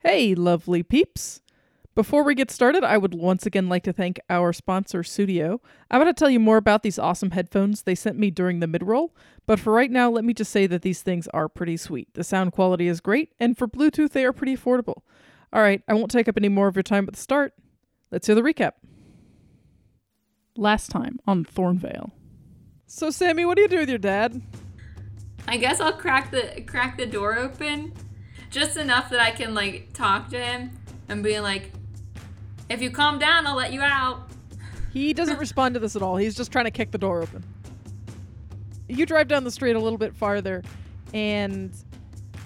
Hey, lovely peeps. Before we get started, I would once again like to thank our sponsor, Studio. I'm going to tell you more about these awesome headphones they sent me during the mid roll, but for right now, let me just say that these things are pretty sweet. The sound quality is great, and for Bluetooth, they are pretty affordable. All right, I won't take up any more of your time at the start. Let's hear the recap. Last time on Thornvale. So, Sammy, what do you do with your dad? I guess I'll crack the crack the door open, just enough that I can like talk to him and be like, "If you calm down, I'll let you out." He doesn't respond to this at all. He's just trying to kick the door open. You drive down the street a little bit farther, and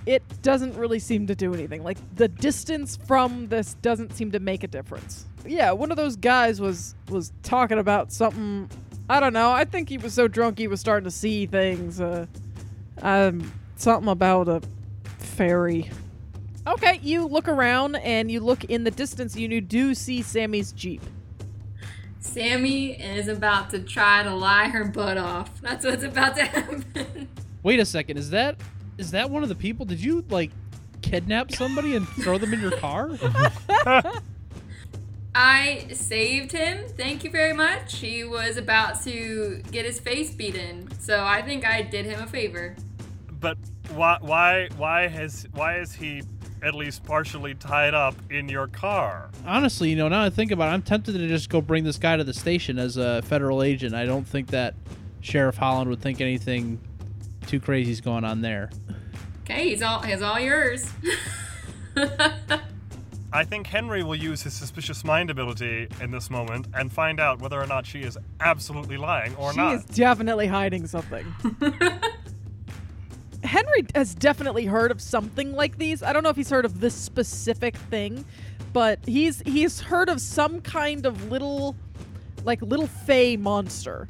it doesn't really seem to do anything. Like, the distance from this doesn't seem to make a difference. Yeah, one of those guys was was talking about something. I don't know. I think he was so drunk he was starting to see things. Uh, um, something about a fairy. Okay, you look around and you look in the distance, and you do see Sammy's Jeep. Sammy is about to try to lie her butt off. That's what's about to happen. Wait a second. Is that is that one of the people? Did you like kidnap somebody and throw them in your car? I saved him. Thank you very much. He was about to get his face beaten, so I think I did him a favor. But why why why has why is he at least partially tied up in your car? Honestly, you know, now I think about it, I'm tempted to just go bring this guy to the station as a federal agent. I don't think that Sheriff Holland would think anything too crazy's going on there. Okay, he's all he's all yours. I think Henry will use his suspicious mind ability in this moment and find out whether or not she is absolutely lying or she not. is definitely hiding something. Henry has definitely heard of something like these. I don't know if he's heard of this specific thing, but he's he's heard of some kind of little like little fey monster.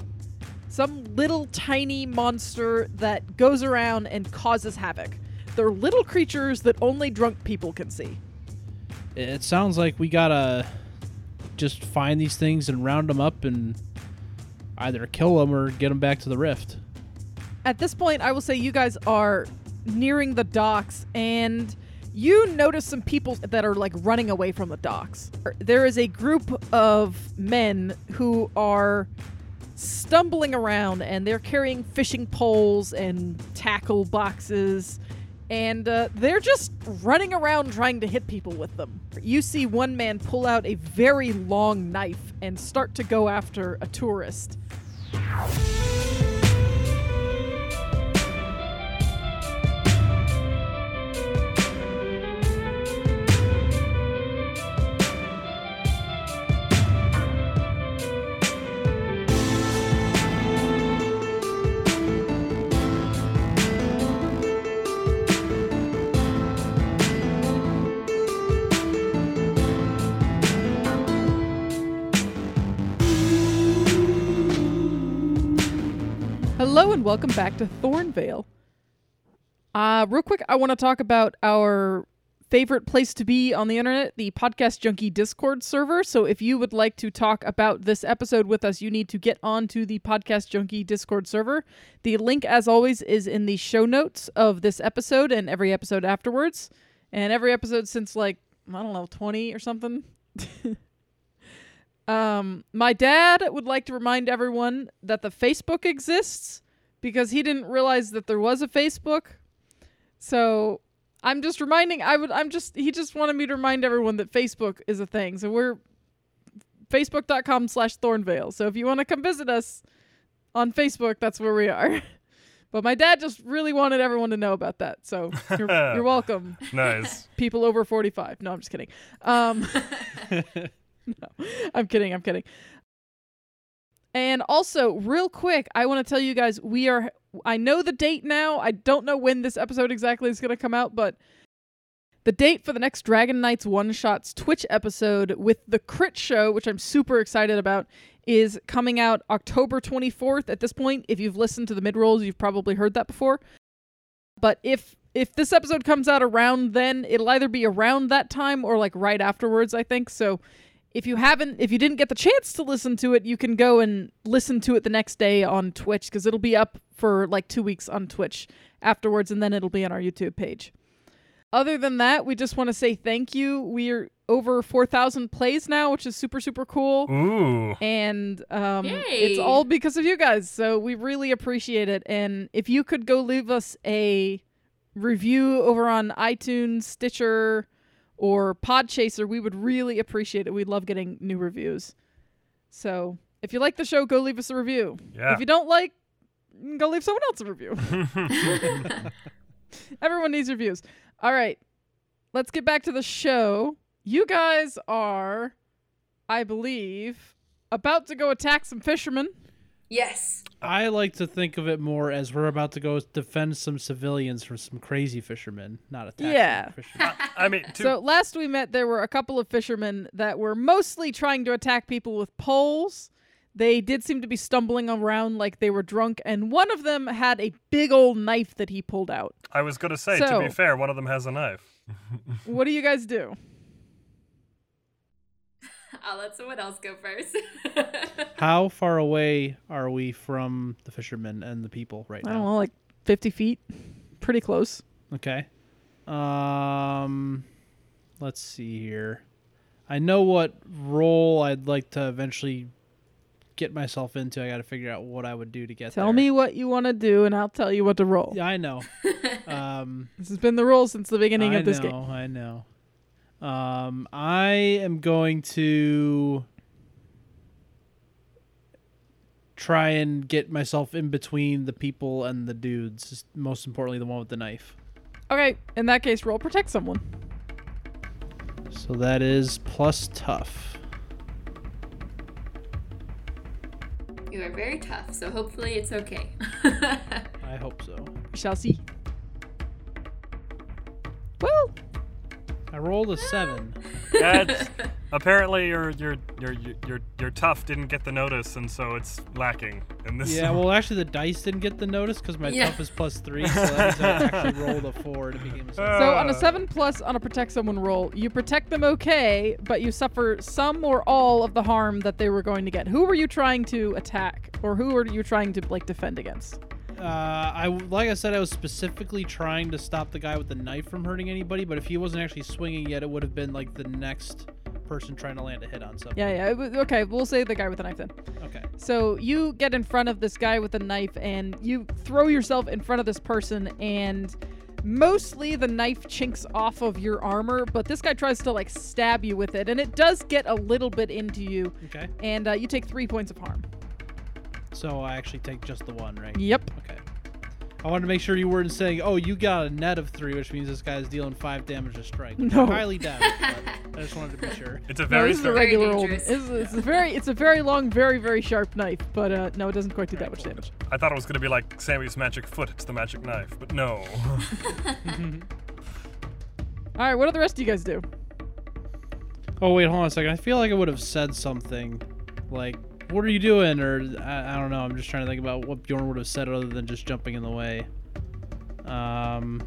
Some little tiny monster that goes around and causes havoc. They're little creatures that only drunk people can see. It- It sounds like we gotta just find these things and round them up and either kill them or get them back to the rift. at this point, I will say you guys are nearing the docks and you notice some people that are like running away from the docks. There is a group of men who are stumbling around and they're carrying fishing poles and tackle boxes and uh, they're just running around trying to hit people with them. You see one man pull out a very long knife and start to go after a tourist. Hello and welcome back to Thornvale. Uh, real quick, I want to talk about our favorite place to be on the internet, the Podcast Junkie Discord server. So if you would like to talk about this episode with us, you need to get onto the Podcast Junkie Discord server. The link, as always, is in the show notes of this episode and every episode afterwards, and every episode since like, I don't know, 20 or something. Um, my dad would like to remind everyone that the Facebook exists because he didn't realize that there was a Facebook. So I'm just reminding I would I'm just he just wanted me to remind everyone that Facebook is a thing. So we're Facebook.com slash Thornvale. So if you want to come visit us on Facebook, that's where we are. But my dad just really wanted everyone to know about that. So you're, you're welcome nice. people over 45 no i'm just kidding um no i'm kidding i'm kidding and also real quick i want to tell you guys we are i know the date now i don't know when this episode exactly is going to come out but the date for the next dragon knights one shots twitch episode with the crit show which i'm super excited about is coming out october 24th at this point if you've listened to the mid rolls you've probably heard that before but if if this episode comes out around then it'll either be around that time or like right afterwards i think so if you haven't if you didn't get the chance to listen to it you can go and listen to it the next day on twitch because it'll be up for like two weeks on twitch afterwards and then it'll be on our youtube page Other than that, we just want to say thank you. We're over 4,000 plays now, which is super, super cool. Ooh. And um, Yay. it's all because of you guys. So we really appreciate it. And if you could go leave us a review over on iTunes, Stitcher, or Podchaser, we would really appreciate it. We love getting new reviews. So if you like the show, go leave us a review. Yeah. If you don't like, go leave someone else a review. Everyone needs reviews. All right. Let's get back to the show. You guys are, I believe, about to go attack some fishermen. Yes. I like to think of it more as we're about to go defend some civilians from some crazy fishermen, not attack some Yeah. fishermen. I mean, to, So last we met, there were a couple of fishermen that were mostly trying to attack people with poles. They did seem to be stumbling around like they were drunk, and one of them had a big old knife that he pulled out. I was gonna say, to be So- fair, one of them has a knife. What do you guys do? I'll let someone else go first. How far away are we from the fishermen and the people right I don't now? know, like 50 feet? Pretty close. Okay. Um, let's see here. I know what role I'd like to eventually get myself into. I got to figure out what I would do to get Tell there. me what you want to do, and I'll tell you what to roll. Yeah, I know. um, This has been the rule since the beginning I of this know, game. I know. Um, I am going to try and get myself in between the people and the dudes. Most importantly, the one with the knife. Okay, in that case, roll protect someone. So that is plus tough. you are very tough, so hopefully it's okay. I hope so. We shall see. Well, I rolled a seven. That's, apparently, your your your your your tough didn't get the notice, and so it's lacking. And this. Yeah, well, actually, the dice didn't get the notice because my Yeah. tough is plus three, so that means I actually rolled a four and it became a seven. so on a Uh. seven plus on a protect someone roll, you protect them okay, but you suffer some or all of the harm that they were going to get. Who were you trying to attack, or who are you trying to like defend against? Uh, I like I said, I was specifically trying to stop the guy with the knife from hurting anybody, but if he wasn't actually swinging yet, it would have been like the next person trying to land a hit on something. Yeah, yeah. it was- Okay, we'll say the guy with the knife then. Okay. So you get in front of this guy with a knife and you throw yourself in front of this person and mostly the knife chinks off of your armor, but this guy tries to like stab you with it and it does get a little bit into you Okay. and uh, you take 3 points of harm. So I actually take just the one, right? Yep. Okay. I wanted to make sure you weren't saying, "Oh, you got a net of three, which means this guy's dealing five damage a strike." which I No. highly doubt. it, But I just wanted to be sure. It's a No, very this is a fair- Very regular old. It's, dangerous. it's a very, it's a very long, very, very sharp knife, but uh, no, it doesn't quite do that much damage. I thought it was gonna be like Sammy's magic foot. It's the magic knife, but no. All right, what do the rest of you guys do? Oh wait, hold on a second. I feel like I would have said something, like, "What are you doing?" or I, I don't know. I'm just trying to think about what Bjorn would have said other than just jumping in the way. Um,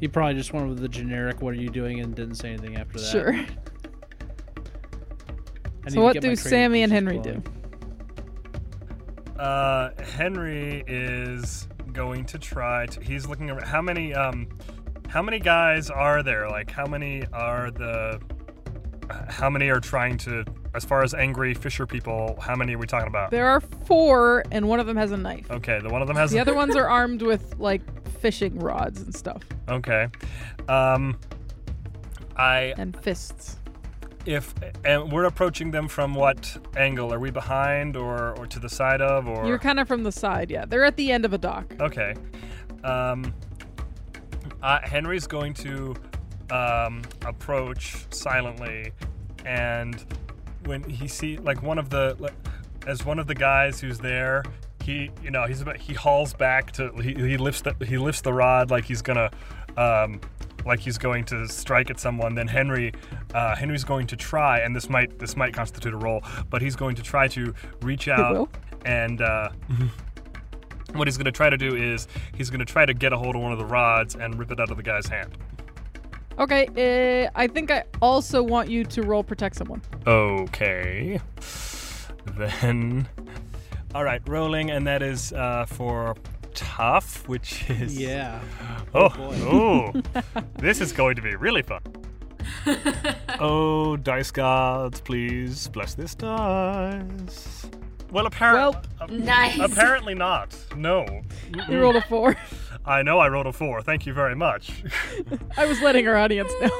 he probably just went with the generic "What are you doing?" and didn't say anything after that. Sure. I need So to what get my do creative Sammy and juices Henry flowing. do? Uh, Henry is going to try to. He's looking around. How many um, how many guys are there? Like, how many are the? h- How many are trying to? As far as angry fisher people, how many are we talking about? There are four, and one of them has a knife. Okay, the one of them has The other ones are armed with like fishing rods and stuff Okay. Um I and fists. if and we're approaching them from what angle? Are we behind or or to the side of or You're kind of from the side, yeah. They're at the end of a dock. Okay. Um uh, Henry's going to um approach silently and when he see like one of the like, as one of the guys who's there he you know he's about he hauls back to he, he lifts the he lifts the rod like he's gonna um like he's going to strike at someone then henry uh, henry's going to try and this might this might constitute a roll but he's going to try to reach will. out and uh what he's going to try to do is he's going to try to get a hold of one of the rods and rip it out of the guy's hand Okay, uh, I think I also want you to roll protect someone. Okay. Then. All right, rolling, and that is uh, for tough, which is Yeah. Oh, boy. oh, this is going to be really fun. Oh, dice gods, please bless this dice. Well, apparently, Well- nice. apparently not. No, You rolled a four. I know I rolled a four. Thank you very much. I was letting our audience know.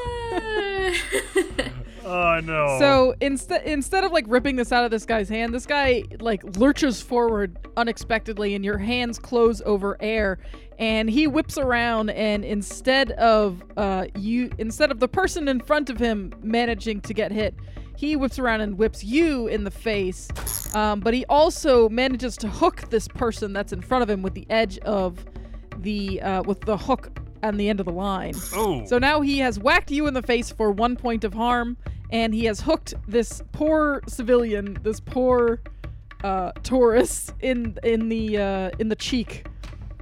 Oh no. So instead instead of like ripping this out of this guy's hand, this guy like lurches forward unexpectedly and your hands close over air and he whips around and instead of uh you instead of the person in front of him managing to get hit, he whips around and whips you in the face. Um, but he also manages to hook this person that's in front of him with the edge of the uh, with the hook on the end of the line. oh, So now he has whacked you in the face for one point of harm, and he has hooked this poor civilian, this poor uh, tourist, in in the uh, in the cheek.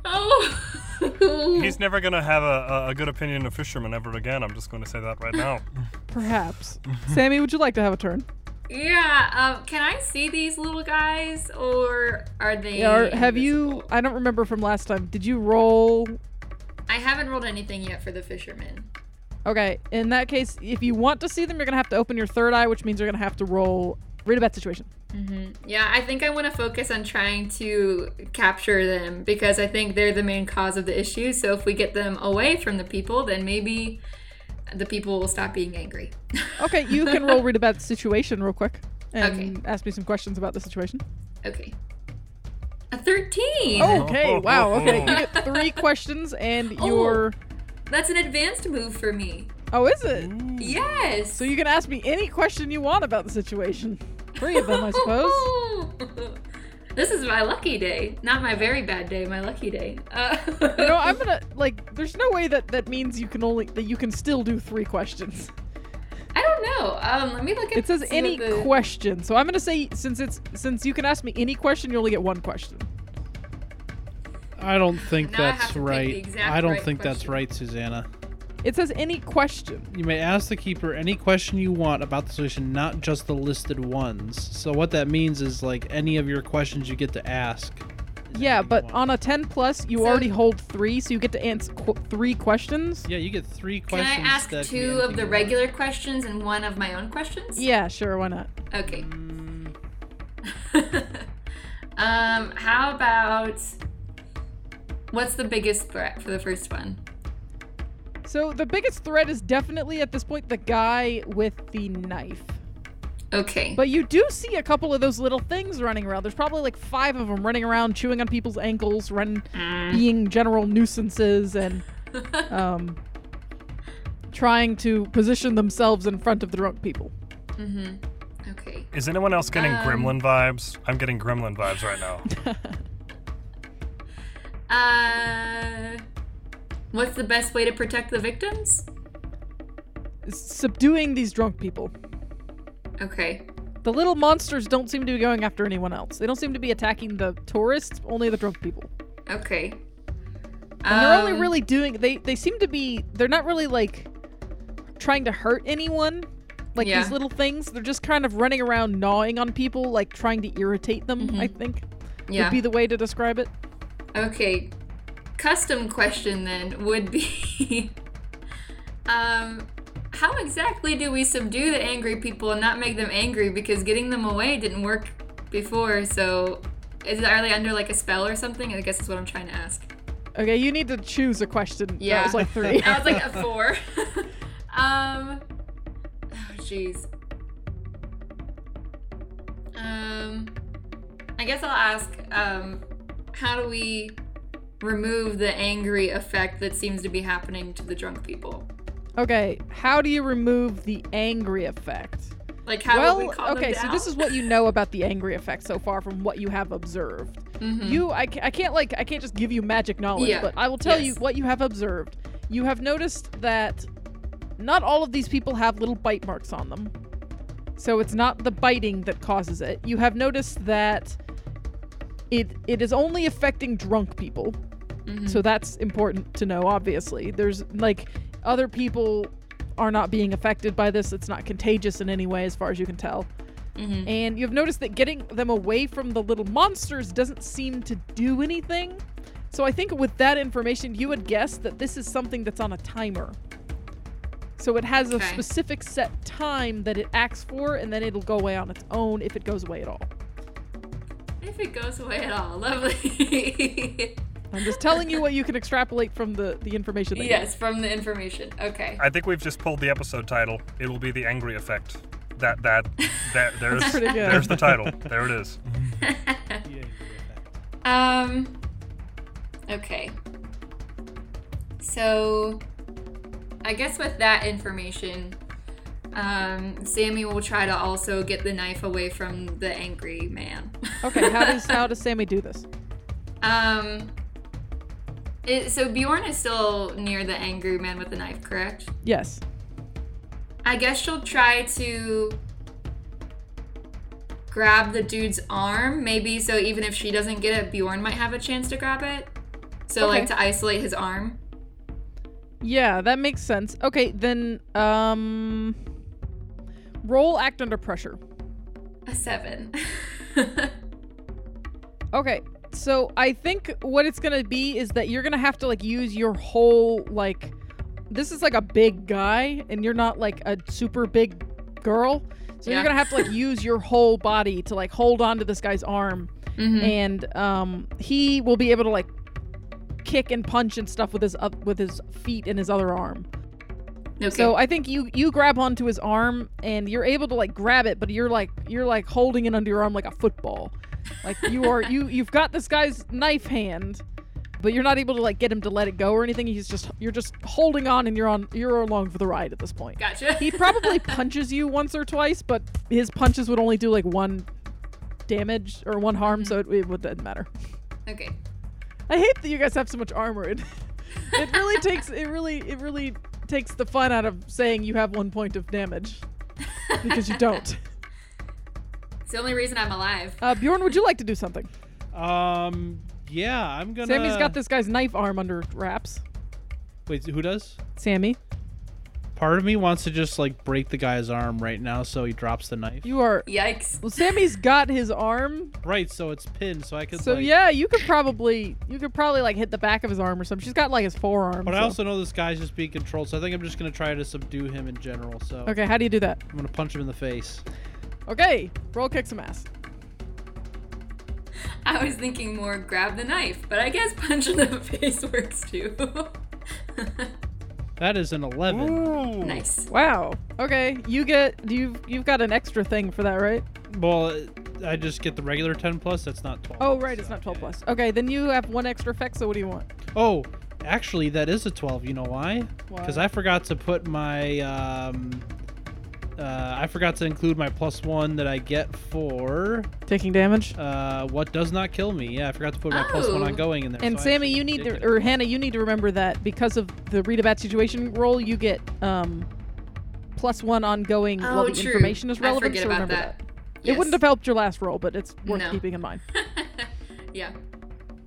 oh. he's never gonna have a, a, a good opinion of fishermen ever again. I'm just going to say that right now. Perhaps, Sammy, would you like to have a turn? yeah. Um, can I see these little guys, or are they? Or have you? invisible? I don't remember from last time. Did you roll? I haven't rolled anything yet for the fisherman. Okay. In that case, if you want to see them, you're gonna have to open your third eye, which means you're gonna have to roll. Read about situation. Yeah, I think I want to focus on trying to capture them because I think they're the main cause of the issue. So if we get them away from the people, then maybe the people will stop being angry. Okay, you can roll read about situation real quick and Okay. ask me some questions about the situation. Okay. A 13. Okay, wow. Okay, you get three questions and your. That's an advanced move for me. Oh, is it? Yes. So you can ask me any question you want about the situation. Three of them, I suppose. this is my lucky day. Not my very bad day, my lucky day. Uh, You know, I'm gonna like. There's no way that that means you can only that you can still do three questions. I don't know. Um, let me look at It says see what any the- question, so I'm gonna say since it's since you can ask me any question, you only get one question. I don't think Now I have that's to pick the right. exact I don't right think that's question. right, Susanna. It says any question. You may ask the keeper any question you want about the solution, not just the listed ones. So what that means is like any of your questions you get to ask. Yeah, but on a 10 plus, you So- already hold three, so you get to answer qu- three questions. Yeah, you get three Can questions. I ask that can be two of anything the you want. regular questions and one of my own questions? Yeah, sure, why not? Okay. um, how about what's the biggest threat for the first one? So the biggest threat is definitely at this point the guy with the knife. Okay. But you do see a couple of those little things running around. There's probably like five of them running around, chewing on people's ankles, run, being general nuisances, and um, trying to position themselves in front of the drunk people. Mm-hmm. okay. Is anyone else getting Um, gremlin vibes? I'm getting gremlin vibes right now. Uh, what's the best way to protect the victims? Subduing these drunk people. Okay. The little monsters don't seem to be going after anyone else. They don't seem to be attacking the tourists, only the drunk people. Okay. And they're only Um, really doing they they seem to be they're not really like trying to hurt anyone. Like Yeah. these little things, they're just kind of running around gnawing on people, like trying to irritate them, I think. Mm-hmm. yeah. Would be the way to describe it. Okay. Custom question then would be um how exactly do we subdue the angry people and not make them angry because getting them away didn't work before, so is are they under like a spell or something? I guess that's what I'm trying to ask. Okay, you need to choose a question. That Yeah. was like three. I was like a 4. um Oh jeez. Um I guess I'll ask um how do we remove the angry effect that seems to be happening to the drunk people? okay, how do you remove the angry effect? Like how well, would we calm okay, them so down? this is what you know about the angry effect so far from what you have observed. Mhm. You, I, ca- I can't like, I can't just give you magic knowledge, Yeah. but I will tell you Yes. what you have observed. You have noticed that not all of these people have little bite marks on them, so it's not the biting that causes it. You have noticed that it it is only affecting drunk people, Mm. so that's important to know. Obviously, there's like other people are not being affected by this. It's not contagious in any way, as far as you can tell. Mm-hmm. And you've noticed that getting them away from the little monsters doesn't seem to do anything. So I think with that information, you would guess that this is something that's on a timer. So it has a Okay. specific set time that it acts for, and then it'll go away on its own if it goes away at all. If it goes away at all, lovely. I'm just telling you what you can extrapolate from the, the information. That you- yes, from the information. Okay. I think we've just pulled the episode title. It will be the angry effect. That that that there's That's pretty good. there's the title. There it is. Yeah, Um. Okay. So, I guess with that information, um, Sammy will try to also get the knife away from the angry man. Okay. How does how does Sammy do this? um. It, so Bjorn is still near the angry man with the knife, correct? Yes. I guess she'll try to grab the dude's arm, maybe so even if she doesn't get it, Bjorn might have a chance to grab it. So Okay. like to isolate his arm. Yeah, that makes sense. Okay, then um roll act under pressure. A seven. Okay. So I think what it's going to be is that you're going to have to like use your whole like this is like a big guy and you're not like a super big girl. So you're Yeah. going to have to like use your whole body to like hold on to this guy's arm Mhm. and um he will be able to like kick and punch and stuff with his up with his feet and his other arm. Okay. So I think you you grab onto his arm and you're able to like grab it, but you're like you're like holding it under your arm like a football. Like you are you you've got this guy's knife hand, but you're not able to like get him to let it go or anything. He's just you're just holding on and you're on you're along for the ride at this point. gotcha. He probably punches you once or twice, but his punches would only do like one damage or one harm, so it, it would not matter. okay. I hate that you guys have so much armor. It, it really takes it really it really takes the fun out of saying you have one point of damage because you don't. It's the only reason I'm alive. Uh, Bjorn, would you like to do something? yeah. Um. Yeah, I'm gonna. Sammy's got this guy's knife arm under wraps. Wait, who does? Sammy, Part of me wants to just like break the guy's arm right now so he drops the knife. you are. Yikes. Well, Sammy's got his arm, Right, so it's pinned, so I could. so like- yeah, you could probably you could probably like hit the back of his arm or something. She's got like his forearm. But I so- also know this guy's just being controlled, so I think I'm just gonna try to subdue him in general. So okay. How do you do that? I'm gonna punch him in the face. Okay, roll kick some ass. I was thinking more grab the knife, but I guess punch in the face works too. That is an 11. Ooh. nice. Wow. Okay, you get you've you've got an extra thing for that, right? Well, I just get the regular 10 plus. That's not 12. Oh right, it's so, not 12 yeah. plus. Okay, then you have one extra effect. So what do you want? Oh, actually, that is a 12. You know why? Because Why? I forgot to put my. Um, uh, I forgot to include my plus one that I get for Taking damage. uh, what does not kill me. Yeah, I forgot to put my plus one Oh. on going in there. and so I Sammy, actually you need did to, get or it. Hannah, you need to remember that because of the read about situation roll, you get um plus one ongoing while Oh, the true. information is I relevant. forget so about remember that. that. It wouldn't have helped your last roll, but it's worth No. keeping in mind. yeah.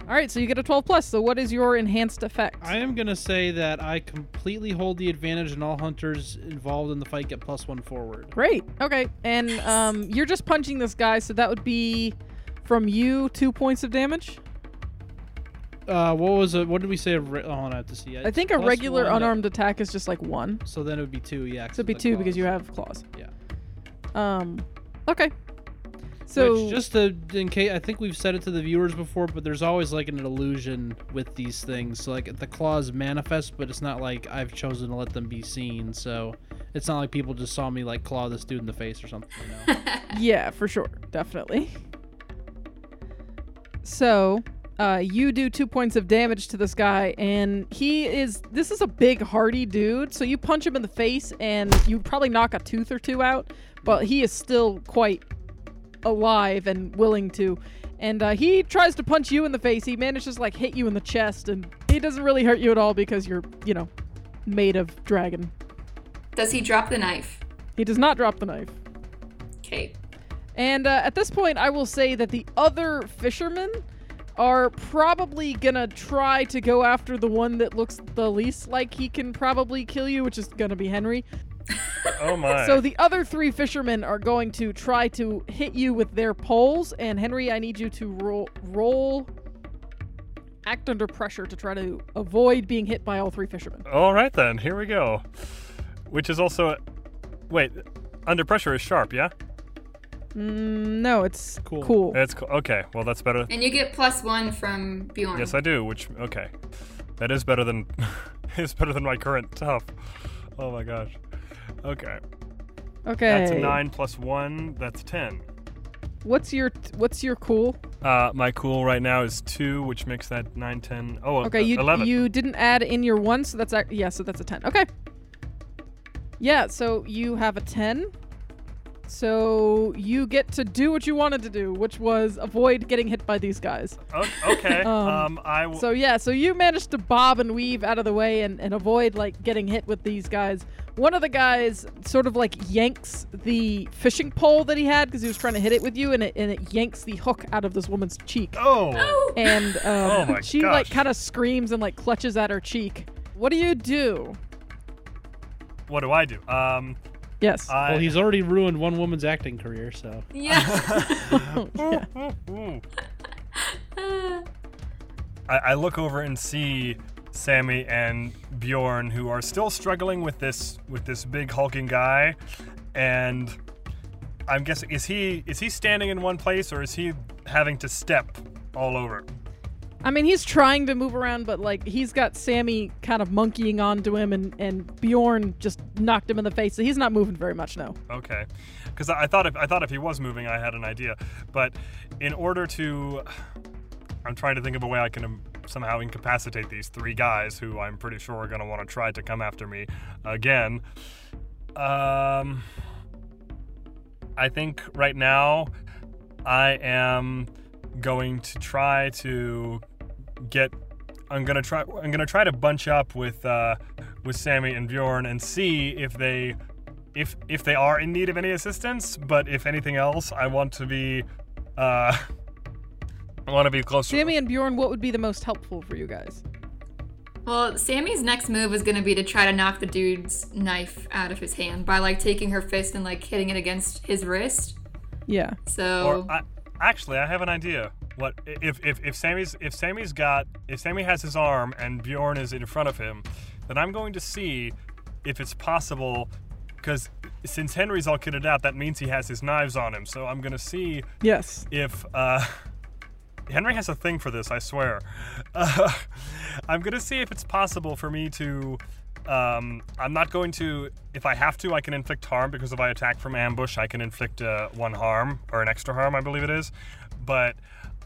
All right, so you get a 12 plus. So what is your enhanced effect? I am gonna say that I completely hold the advantage, and all hunters involved in the fight get plus one forward. Great. Okay, and Nice. um, you're just punching this guy, so that would be from you two points of damage. Uh, what was it? What did we say? a Re- oh, I have to see. I think a Plus regular one to- unarmed attack is just like one. So then it would be two, yeah. 'cause So it'd be of the two because claws. you have claws. Yeah. Um. Okay. So Which, just to, in case, I think we've said it to the viewers before, but there's always like an illusion with these things. So, like the claws manifest, but it's not like I've chosen to let them be seen. So it's not like people just saw me like claw this dude in the face or something. You know? yeah, for sure, definitely. So, uh, you do two points of damage to this guy, and he is. This is a big, hardy dude. So you punch him in the face, and you probably knock a tooth or two out, but he is still quite alive and willing to. And uh, he tries to punch you in the face. He manages to, like hit you in the chest, and he doesn't really hurt you at all because you're, you know, made of dragon. Does he drop the knife? He does not drop the knife. Okay. And uh, at this point, I will say that the other fishermen are probably gonna try to go after the one that looks the least like he can probably kill you, which is gonna be Henry. Oh my. So the other three fishermen are going to try to hit you with their poles. And Henry, I need you to roll roll act under pressure to try to avoid being hit by all three fishermen. All right then, here we go. Which is also, wait, under pressure is sharp, yeah? Mm, no, it's Cool. cool. It's co- okay. Well, that's better. And you get plus one from Bjorn. Yes, I do. Which okay, that is better than is better than my current tough. Oh my gosh. Okay, Okay. that's a nine plus one. That's ten. What's your what's your cool? Uh, my cool right now is two, which makes that nine, ten. Oh, Okay, you 11. you didn't add in your one, so that's ac- yeah, so that's a ten. Okay. Yeah, so you have a ten. So you get to do what you wanted to do, which was avoid getting hit by these guys. O- okay. um, Um, I will. So yeah, so you managed to bob and weave out of the way and, and avoid like getting hit with these guys. One of the guys sort of like yanks the fishing pole that he had because he was trying to hit it with you, and it and it yanks the hook out of this woman's cheek. oh. Oh! And um, Oh my she gosh. like kind of screams and like clutches at her cheek. What do you do? What do I do? Um, Yes. I. Well, he's already ruined one woman's acting career, so Yeah. Yeah. Ooh. Uh, I, I look over and see Sammy and Bjorn, who are still struggling with this with this big hulking guy, and I'm guessing is he is he standing in one place or is he having to step all over? I mean, he's trying to move around, but like he's got Sammy kind of monkeying onto him, and and Bjorn just knocked him in the face, so he's not moving very much now. Okay, because I, I thought if I thought if he was moving, I had an idea, but in order to, I'm trying to think of a way I can. um, Somehow incapacitate these three guys who I'm pretty sure are gonna want to try to come after me again. Um, I think right now I am going to try to get. I'm gonna try. I'm gonna try to bunch up with uh, with Sammy and Bjorn and see if they if if they are in need of any assistance. But if anything else, I want to be. Uh, I want to be closer. Sammy and Bjorn, what would be the most helpful for you guys? well, Sammy's next move is going to be to try to knock the dude's knife out of his hand by like taking her fist and like hitting it against his wrist. Yeah. So Or I, actually, I have an idea. What if, if if Sammy's if Sammy's got if Sammy has his arm and Bjorn is in front of him, then I'm going to see if it's possible. Because since Henry's all kitted out, that means he has his knives on him. So I'm going to see Yes. if uh, Henry has a thing for this, I swear. Uh, I'm gonna see if it's possible for me to. Um, I'm not going to. If I have to, I can inflict harm because if I attack from ambush, I can inflict uh, one harm or an extra harm, I believe it is. But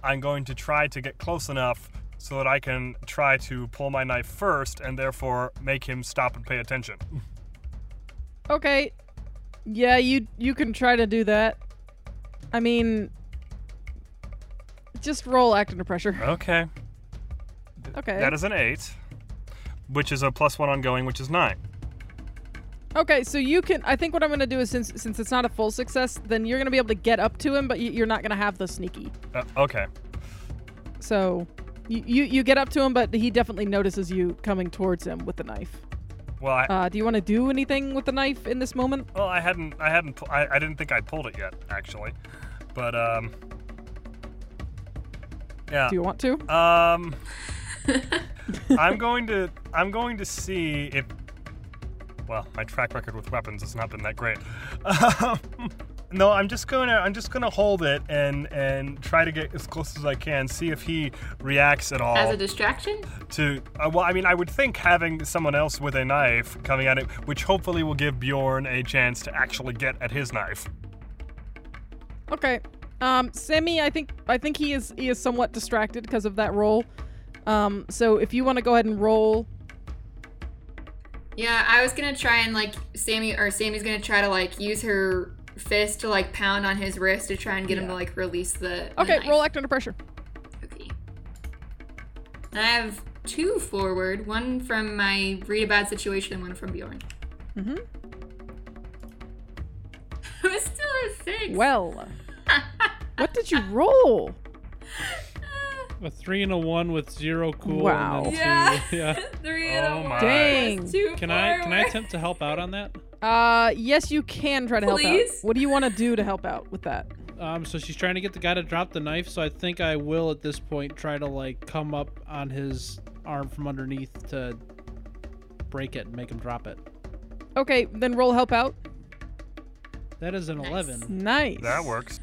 I'm going to try to get close enough so that I can try to pull my knife first and therefore make him stop and pay attention. Okay. Yeah, you you can try to do that. I mean, just roll act under pressure. Okay. Okay. That is an eight, which is a plus one ongoing, which is nine. Okay, so you can. I think what I'm gonna do is since since it's not a full success, then you're gonna be able to get up to him, but you, you're not gonna have the sneaky. Uh, okay. So, you, you you get up to him, but he definitely notices you coming towards him with the knife. Well, I, Uh, do you want to do anything with the knife in this moment? Well, I hadn't, I hadn't, pu- I, I didn't think I pulled it yet, actually. But um, yeah. Do you want to? Um, I'm going to, I'm going to see if. Well, my track record with weapons has not been that great. Um, no, I'm just gonna, I'm just gonna hold it and and try to get as close as I can, see if he reacts at all as a distraction, to uh, well i mean i would think having someone else with a knife coming at it which hopefully will give bjorn a chance to actually get at his knife Okay. Um, Sammy, I think I think he is he is somewhat distracted because of that roll. Um, so if you want to go ahead and roll, yeah, I was gonna try and like Sammy or Sammy's gonna try to like use her fist to like pound on his wrist to try and get him to like release the. the okay, knife. roll act under pressure. Okay. I have two forward, one from my read a bad situation and one from Bjorn. Mhm. I was still at six. Well, what did you roll? a three and a one with zero cool. Wow. And then yeah. Two. Yeah. Three and Oh a my. one. Dang. Two Can I can I forward. attempt to help out on that? Uh, yes, you can try to help Please? out. What do you want to do to help out with that? Um, so she's trying to get the guy to drop the knife. So I think I will at this point try to like come up on his arm from underneath to break it and make him drop it. Okay, then roll help out. That is an Nice. eleven. Nice. That works.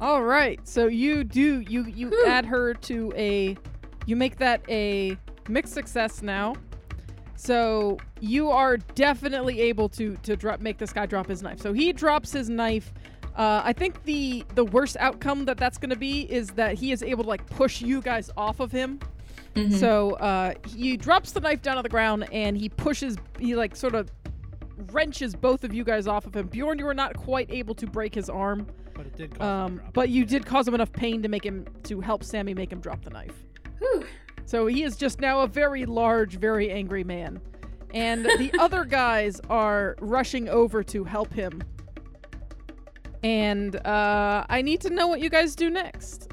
All right. So you do you you Whew. add her to a you make that a mixed success now. So you are definitely able to to drop make this guy drop his knife. So he drops his knife. Uh, I think the the worst outcome that that's going to be is that he is able to like push you guys off of him. Mhm. So uh, he drops the knife down on the ground and he pushes, he like sort of wrenches both of you guys off of him. Bjorn, you were not quite able to break his arm, But it did cause him to um, drop but it, you yeah. did cause him enough pain to make him to help Sammy make him drop the knife. Whew. So he is just now a very large, very angry man. And the other guys are rushing over to help him. And uh, I need to know what you guys do next.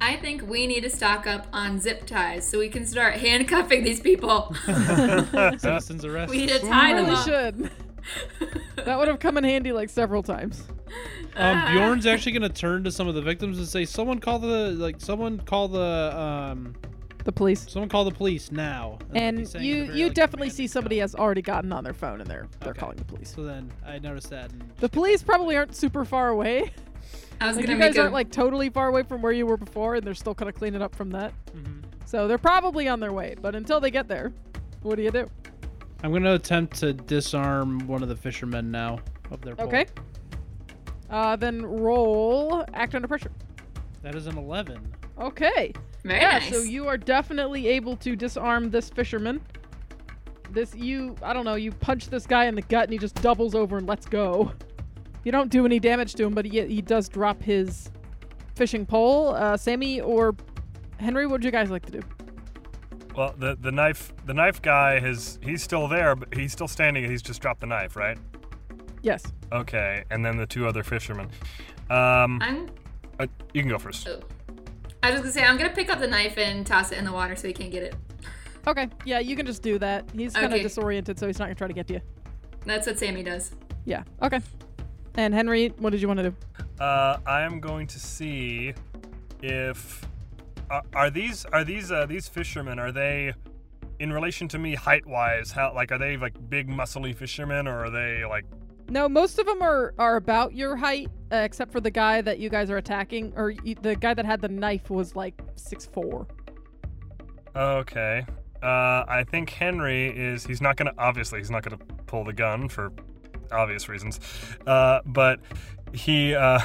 I think we need to stock up on zip ties so we can start handcuffing these people. Citizen's arrest. we need to tie really them up. should. that would have come in handy like several times. Um, Bjorn's actually gonna turn to some of the victims and say, "Someone call the like, someone call the um, The police. someone call the police now." That's what he's And saying in you a very, you like, definitely commanding see somebody tone. has already gotten on their phone and they're they're Okay. calling the police. So then I noticed that. And The police probably aren't super far away. I was Like gonna you make guys a, aren't like totally far away from where you were before, and they're still kind of cleaning up from that. Mhm. So they're probably on their way. But until they get there, what do you do? I'm gonna attempt to disarm one of the fishermen now of their. pole. Okay. Uh, then roll act under pressure. That is an eleven. Okay. very yeah. nice. So you are definitely able to disarm this fisherman. This you I don't know. You punch this guy in the gut and he just doubles over and lets go. You don't do any damage to him, but he he does drop his fishing pole. Uh, Sammy or Henry, what would you guys like to do? Well, the the knife the knife guy has he's still there, but he's still standing. and He's just dropped the knife, right? Yes. Okay, and then the two other fishermen. Um, I'm. uh, you can go first. oh. I was gonna say I'm gonna pick up the knife and toss it in the water so he can't get it. Okay. Yeah, you can just do that. He's kind of Okay. disoriented, so he's not gonna try to get to you. That's what Sammy does. Yeah. Okay. And Henry, what did you want to do? Uh, I am going to see if are, are these are these uh, these fishermen are they in relation to me height wise? How like are they like big muscly fishermen or are they like No, most of them are are about your height, uh, except for the guy that you guys are attacking, or y- the guy that had the knife was like six four. Okay. Uh, I think Henry is. He's not gonna. Obviously, he's not gonna pull the gun for obvious reasons. Uh, but he uh,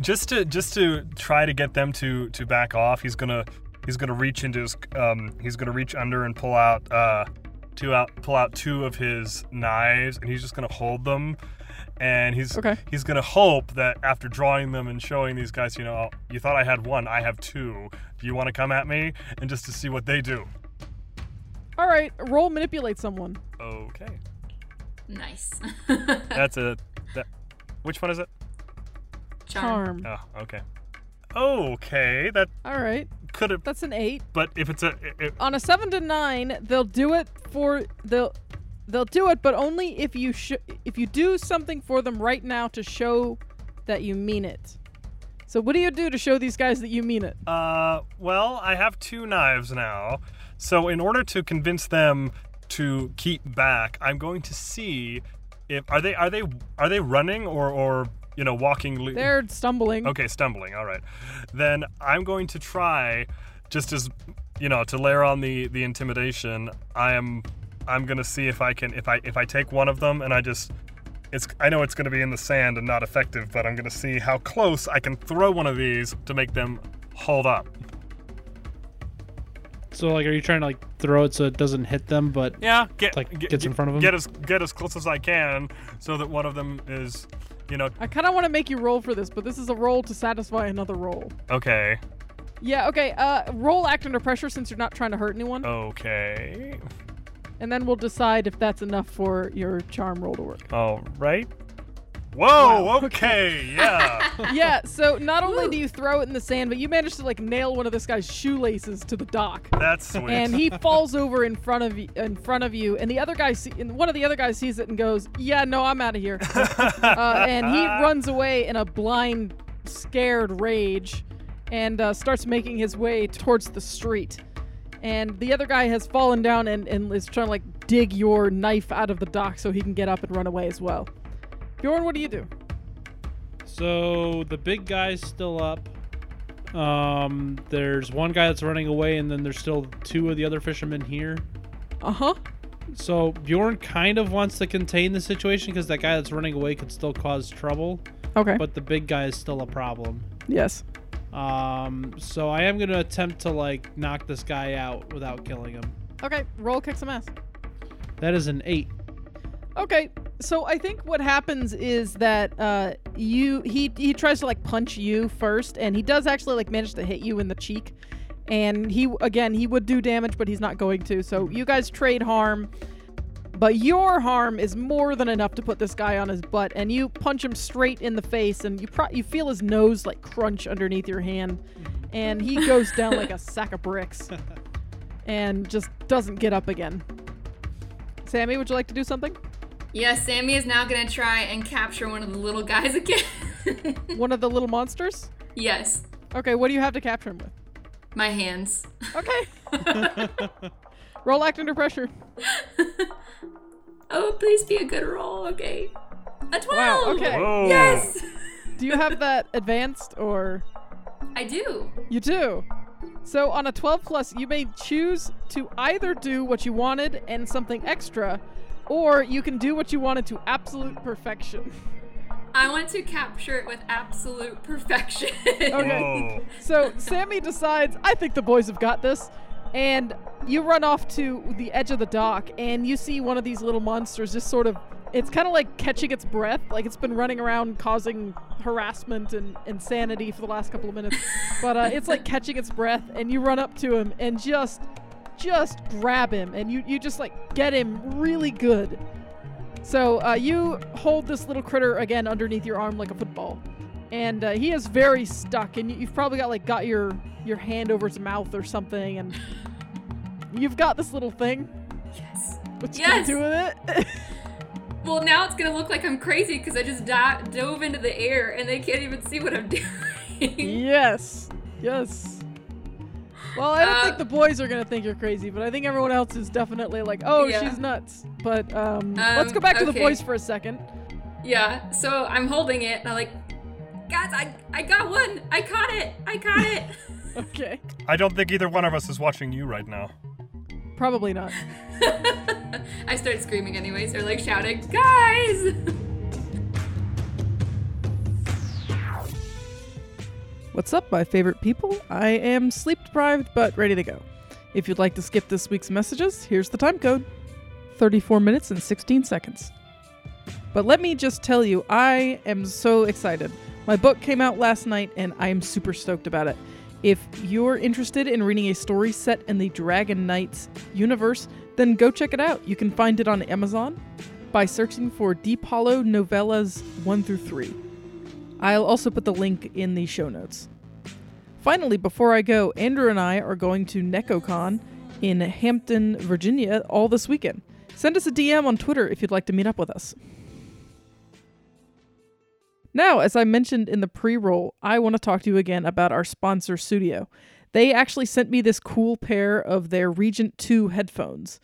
just to just to try to get them to to back off. He's gonna he's gonna reach into his. Um, he's gonna reach under and pull out uh, two out pull out two of his knives, and he's just gonna hold them. And he's Okay. he's gonna hope that after drawing them and showing these guys, you know, oh, you thought I had one, I have two. Do you want to come at me? And just to see what they do. All right, roll manipulate someone. Okay, Nice. that's a. That, which one is it? Charm. Oh, okay. Okay, that All right, could have. that's an eight. But if it's a, it, it- On a seven to nine, they'll do it for they'll they'll do it, but only if you sh- if you do something for them right now to show that you mean it. So what do you do to show these guys that you mean it? uh, well, I have two knives now. So in order to convince them to keep back, I'm going to see if are they are they are they running or or you know walking. le- They're stumbling. Okay, stumbling. All right. Then I'm going to try, just as you know, to layer on the the intimidation. I am, I'm gonna see if I can if I if I take one of them and I just, it's I know it's gonna be in the sand and not effective, but I'm gonna see how close I can throw one of these to make them hold up. So like, are you trying to like throw it so it doesn't hit them? But Yeah, get Like, get- gets in front of 'em? Get as get as close as I can, so that one of them is, you know, I kind of want to make you roll for this, but this is a roll to satisfy another roll. okay, Yeah, okay. Uh, roll act under pressure since you're not trying to hurt anyone, Oh. okay, and then we'll decide if that's enough for your charm roll to work. all right. Whoa, okay, yeah. yeah, so not only Woo. do you throw it in the sand, but you manage to like nail one of this guy's shoelaces to the dock. That's sweet. And he falls over in front of you, in front of you, and the other guy, see- and one of the other guys sees it and goes, "Yeah, no, I'm out of here," uh, and he runs away in a blind, scared rage, and uh, starts making his way towards the street. And the other guy has fallen down and, and is trying to like dig your knife out of the dock so he can get up and run away as well. Bjorn, what do you do? So the big guy's still up. Um, there's one guy that's running away, and then there's still two of the other fishermen here. Uh huh. So Bjorn kind of wants to contain the situation because that guy that's running away could still cause trouble, Okay. but the big guy is still a problem. yes. Um, so I am gonna attempt to like knock this guy out without killing him. Okay. Roll kick some ass. That is an eight. Okay, so I think what happens is that uh, you he he tries to like punch you first, and he does actually like manage to hit you in the cheek, and he again he would do damage, but he's not going to. So you guys trade harm, but your harm is more than enough to put this guy on his butt, and you punch him straight in the face, and you pro- you feel his nose like crunch underneath your hand, and he goes down like a sack of bricks, and just doesn't get up again. Sammy, would you like to do something? Yeah, Sammy is now gonna try and capture one of the little guys again. one of the little monsters? yes, Okay, what do you have to capture him with? my hands. Okay. Roll act under pressure. Oh, please be a good roll, okay? A Wow, twelve. okay. Whoa. Yes, Do you have that advanced or I do. you do? So on a 12 plus, you may choose to either do what you wanted and something extra, or you can do what you wanted to absolute perfection. I want to capture it with absolute perfection. Okay. Whoa. So Sammy decides, I think the boys have got this. And you run off to the edge of the dock, and you see one of these little monsters just sort of. It's kind of like catching its breath. Like it's been running around causing harassment and insanity for the last couple of minutes. but uh, it's like catching its breath, and you run up to him and just. Just grab him, and you, you just like get him really good. So uh, you hold this little critter again underneath your arm like a football, and uh, he is very stuck. And you- you've probably got like got your your hand over his mouth or something, and you've got this little thing. Yes. What you gonna Yes. do with it? Well, now it's gonna look like I'm crazy because I just di- dove into the air and they can't even see what I'm doing. yes, yes. Well, I don't Uh, think the boys are gonna think you're crazy, but I think everyone else is definitely like, "Oh, Yeah. she's nuts." But um, Um, let's go back to the okay. boys for a second. yeah. So I'm holding it and I'm like, guys, I I got one. I caught it. I caught it. Okay, I don't think either one of us is watching you right now. probably not. I started screaming anyways, or like shouting, guys. What's up, my favorite people? I am sleep deprived but ready to go. If you'd like to skip this week's messages, here's the time code 34 minutes and 16 seconds. But let me just tell you, I am so excited. My book came out last night and I am super stoked about it. If you're interested in reading a story set in the Dragon Knights universe, then go check it out. You can find it on Amazon by searching for Deep Hollow Novellas 1 through 3. I'll also put the link in the show notes. Finally, before I go, Andrew and I are going to NecoCon in Hampton, Virginia, all this weekend. Send us a DM on Twitter if you'd like to meet up with us. Now, as I mentioned in the pre roll, I want to talk to you again about our sponsor, Studio. They actually sent me this cool pair of their Regent 2 headphones.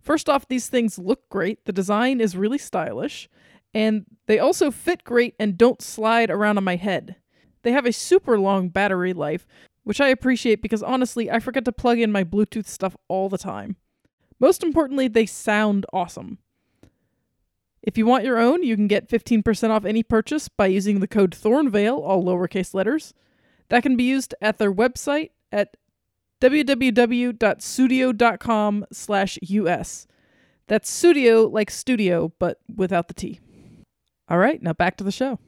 First off, these things look great, the design is really stylish, and they also fit great and don't slide around on my head. They have a super long battery life, which I appreciate because honestly, I forget to plug in my Bluetooth stuff all the time. Most importantly, they sound awesome. If you want your own, you can get 15% off any purchase by using the code Thornvale, all lowercase letters. That can be used at their website at www.studio.com slash us. That's studio like studio, but without the T. All right, now back to the show.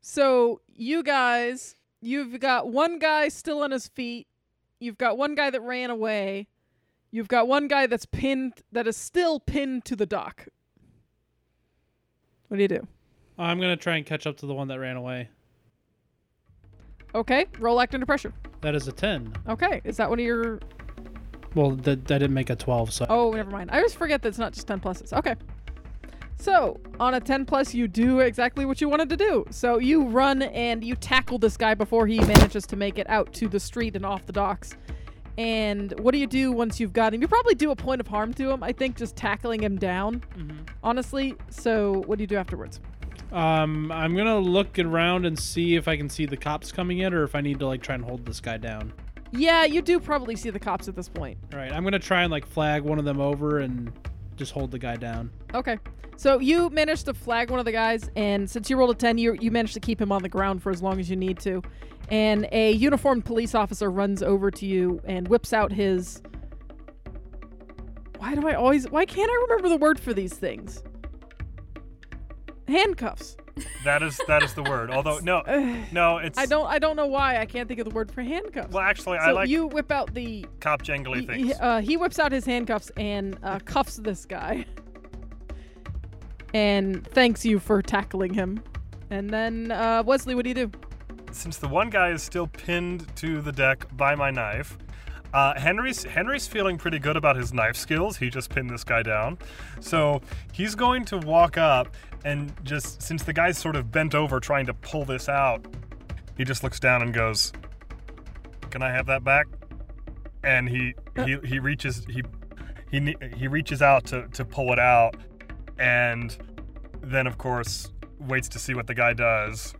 So, you guys, you've got one guy still on his feet. You've got one guy that ran away. You've got one guy that's pinned, that is still pinned to the dock. What do you do? I'm gonna try and catch up to the one that ran away. Okay, roll act under pressure. That is a ten. Okay, is that one of your? Well, that that didn't make a twelve. So Oh, never mind. I always forget that it's not just ten pluses. Okay. So on a ten plus, you do exactly what you wanted to do. So you run and you tackle this guy before he manages to make it out to the street and off the docks. And what do you do once you've got him? You probably do a point of harm to him. I think just tackling him down, honestly. So what do you do afterwards? um, I'm gonna look around and see if I can see the cops coming in, or if I need to like try and hold this guy down. Yeah, you do probably see the cops at this point. All right, I'm gonna try and like flag one of them over and just hold the guy down. Okay. So you managed to flag one of the guys, and since you rolled a 10, you, you managed to keep him on the ground for as long as you need to. And a uniformed police officer runs over to you and whips out his. Why do I always. Why can't I remember the word for these things? Handcuffs. That is that is the word. Although no, no, it's I don't. I don't know why I can't think of the word for handcuffs. Well, actually, so I like you whip out the. cop jangly he- he- things. uh, he whips out his handcuffs and uh, cuffs this guy, and thanks you for tackling him. And then uh, Wesley, what do you do? Since the one guy is still pinned to the deck by my knife, uh, Henry's Henry's feeling pretty good about his knife skills. He just pinned this guy down, so he's going to walk up and just since the guy's sort of bent over trying to pull this out, he just looks down and goes, "Can I have that back?" And he he, he reaches he he ne- he reaches out to to pull it out, and then of course waits to see what the guy does,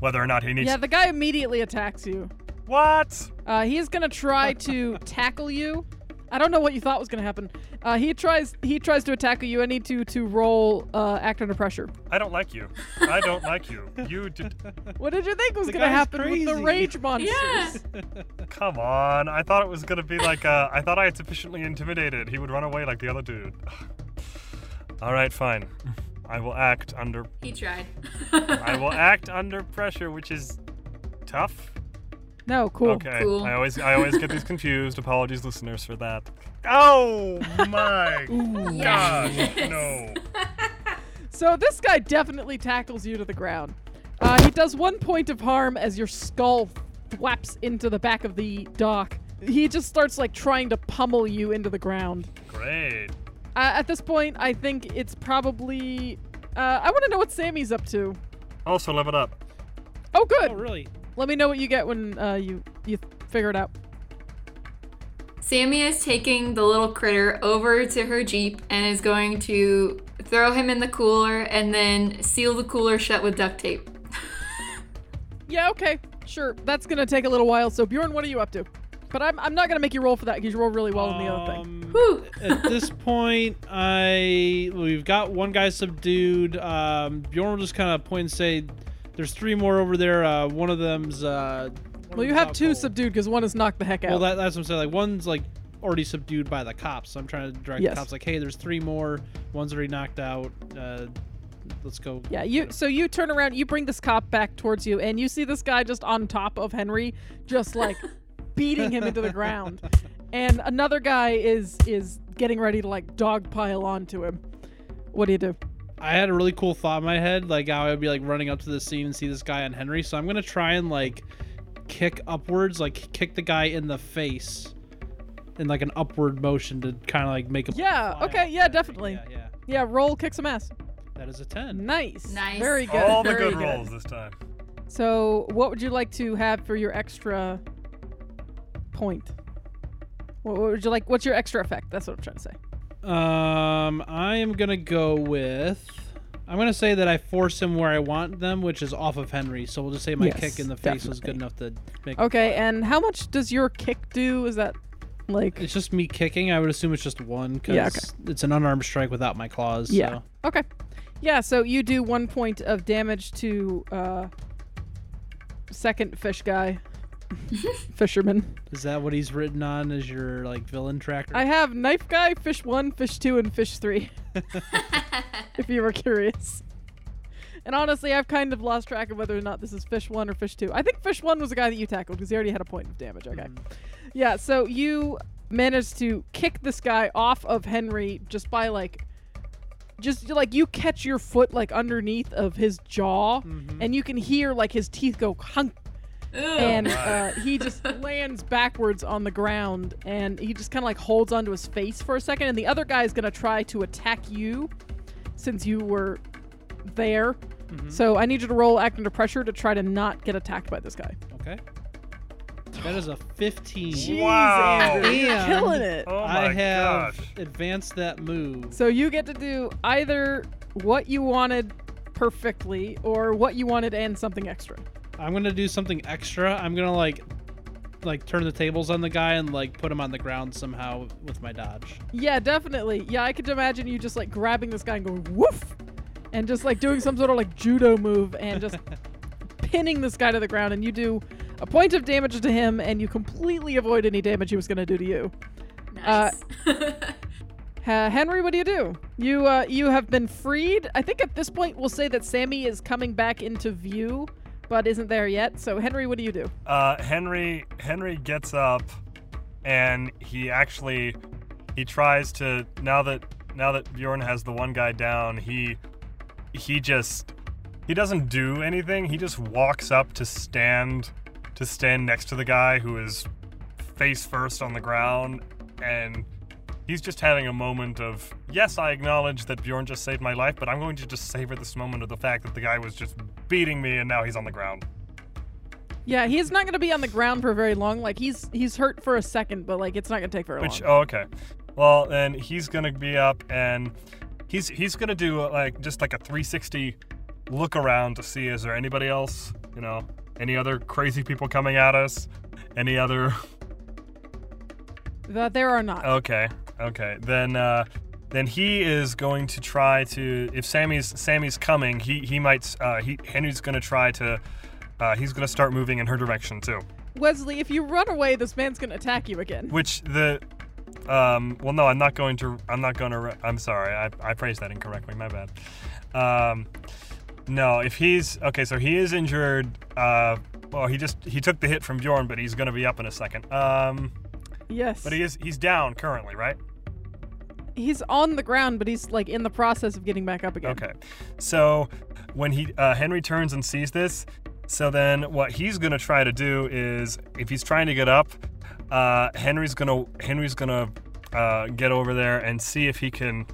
whether or not he needs Yeah, the guy immediately attacks you. what. Uh, he is gonna try to tackle you. I don't know what you thought was gonna happen. Uh, he tries. He tries to attack you. I need to to roll uh, act under pressure. I don't like you. I don't like you. You did. What did you think was The gonna guy's happen with the crazy. rage monsters? Yeah. Come on. I thought it was gonna be like. Uh, I thought I had sufficiently intimidated. He would run away like the other dude. All right, fine. I will act under. He tried. I will act under pressure, which is tough. No, cool. Okay. Cool. I always. I always get these confused. Apologies, listeners, for that. Oh my God! No. So this guy definitely tackles you to the ground. Uh, he does one point of harm as your skull thwaps into the back of the dock. He just starts like trying to pummel you into the ground. Great. Uh, at this point, I think it's probably. Uh, I want to know what Sammy's up to. Also, level up. Oh, good. Oh, really? Let me know what you get when uh, you you figure it out. Sammy is taking the little critter over to her Jeep and is going to throw him in the cooler and then seal the cooler shut with duct tape. Yeah. Okay. Sure. That's gonna take a little while. So Bjorn, what are you up to? But I'm, I'm not gonna make you roll for that because you roll really well in the other thing. Um, Whew. at this point, I we've got one guy subdued. Um, Bjorn will just kind of point and say, "There's three more over there. Uh, one of them's uh, one of Well, you them's have out two cold." subdued because one is knocked the heck out. Well, that, that's what I'm saying. Like one's like already subdued by the cops. So I'm trying to direct Yes. the cops. Like, hey, there's three more. One's already knocked out. Uh, let's go. Yeah, you so you turn around, you bring this cop back towards you, and you see this guy just on top of Henry, just like beating him into the ground. And another guy is is getting ready to like dogpile onto him. What do you do? I had a really cool thought in my head, like how I'd be like running up to the scene and see this guy on Henry. So I'm gonna try and like kick upwards, like kick the guy in the face, in like an upward motion to kind of like make a Yeah, fly okay, out. yeah, definitely. Yeah, yeah. Yeah, roll kick some ass. That is a ten. Nice. Nice. Very good. All the very good rolls this time. So what would you like to have for your extra point? What what would you like? What's your extra effect? That's what I'm trying to say. Um, I am gonna go with. I'm gonna say that I force him where I want them, which is off of Henry. So we'll just say my Yes, kick in the face was good definitely. enough to make. Okay, and how much does your kick do? Is that like It's just me kicking. I would assume it's just one because Yeah, okay. it's an unarmed strike without my claws. Yeah. so- Okay. Yeah, so you do one point of damage to uh second fish guy. Fisherman. Is that what he's written on as your like villain tracker? I have knife guy, fish one, fish two, and fish three. if you were curious. And honestly, I've kind of lost track of whether or not this is fish one or fish two. I think fish one was the guy that you tackled because he already had a point of damage. Okay. Yeah, so you managed to kick this guy off of Henry just by like just like you catch your foot like underneath of his jaw Mhm. and you can hear like his teeth go hunk Oh. and uh, he just lands backwards on the ground and he just kind of like holds onto his face for a second and the other guy is going to try to attack you since you were there Mm-hmm. Mhm. so i need you to roll act under pressure to try to not get attacked by this guy Okay. That is a 15. Jeez, Wow. Andrew, you're And killing it Oh my I have gosh. advanced that move. so you get to do either what you wanted perfectly or what you wanted and something extra I'm gonna do something extra. I'm gonna like, like turn the tables on the guy and like put him on the ground somehow with my dodge. Yeah, definitely. Yeah, I could imagine you just like grabbing this guy and going woof, and just like doing some sort of like judo move and just pinning this guy to the ground. And you do a point of damage to him, and you completely avoid any damage he was going to do to you. nice. Uh, Henry, what do you do? You uh, you have been freed. I think at this point we'll say that Sammy is coming back into view, but isn't there yet. So Henry, what do you do? uh, Henry Henry gets up and he actually he tries to now that now that Bjorn has the one guy down, he he just he doesn't do anything. He just walks up to stand to stand next to the guy who is face first on the ground and he's just having a moment of yes, I acknowledge that Bjorn just saved my life, but I'm going to just savor this moment of the fact that the guy was just beating me and now he's on the ground. Yeah, he's not going to be on the ground for very long. Like he's he's hurt for a second, but like it's not going to take very Which long. oh, okay. Well, then he's gonna be up and he's he's gonna do uh, like just like a 360 look around to see is there anybody else, you know, any other crazy people coming at us, any other. That there are not. Okay, okay. Then uh, then he is going to try to if Sammy's Sammy's coming, he he might uh, he Henry's gonna try to. Uh, he's gonna start moving in her direction too, Wesley, if you run away, this man's gonna attack you again. which the, um, well, no, I'm not going to, I'm not going to, re- I'm sorry, I, I phrased that incorrectly, my bad. Um, no, if he's okay, so he is injured. Uh, well, he just he took the hit from Bjorn, but he's gonna be up in a second. Um, Yes. but he is he's down currently, right? he's on the ground, but he's like in the process of getting back up again. Okay. So when he uh, Henry turns and sees this, so then what he's gonna try to do is if he's trying to get up, uh, Henry's gonna Henry's gonna uh, get over there and see if he can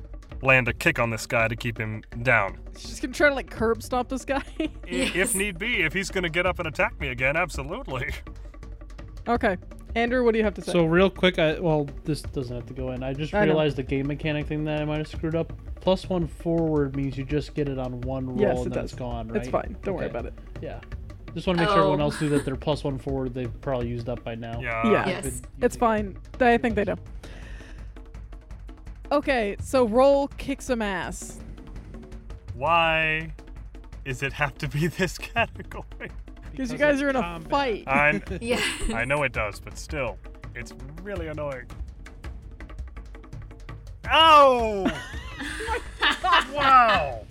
land a kick on this guy to keep him down. He's just gonna try to like curb stomp this guy. I- Yes. If need be, if he's gonna get up and attack me again, absolutely. okay. Andrew, what do you have to say? So real quick, I well this doesn't have to go in. I just I know. realized the game mechanic thing that I might have screwed up. Plus one forward means you just get it on one roll Yes, and it then does. it's gone, right? It's fine. Don't worry Okay. about it. Yeah. Just want to make sure everyone Oh. else knew that their plus one forward they've probably used up by now. Yeah. Yeah. Yes. Good- It's fine. I think they know. Okay, so roll kicks some ass. Why is it have to be this category? Because you Because guys of are in a combat. fight. I yeah. I know it does, but still, it's really annoying. Ow! Oh! wow!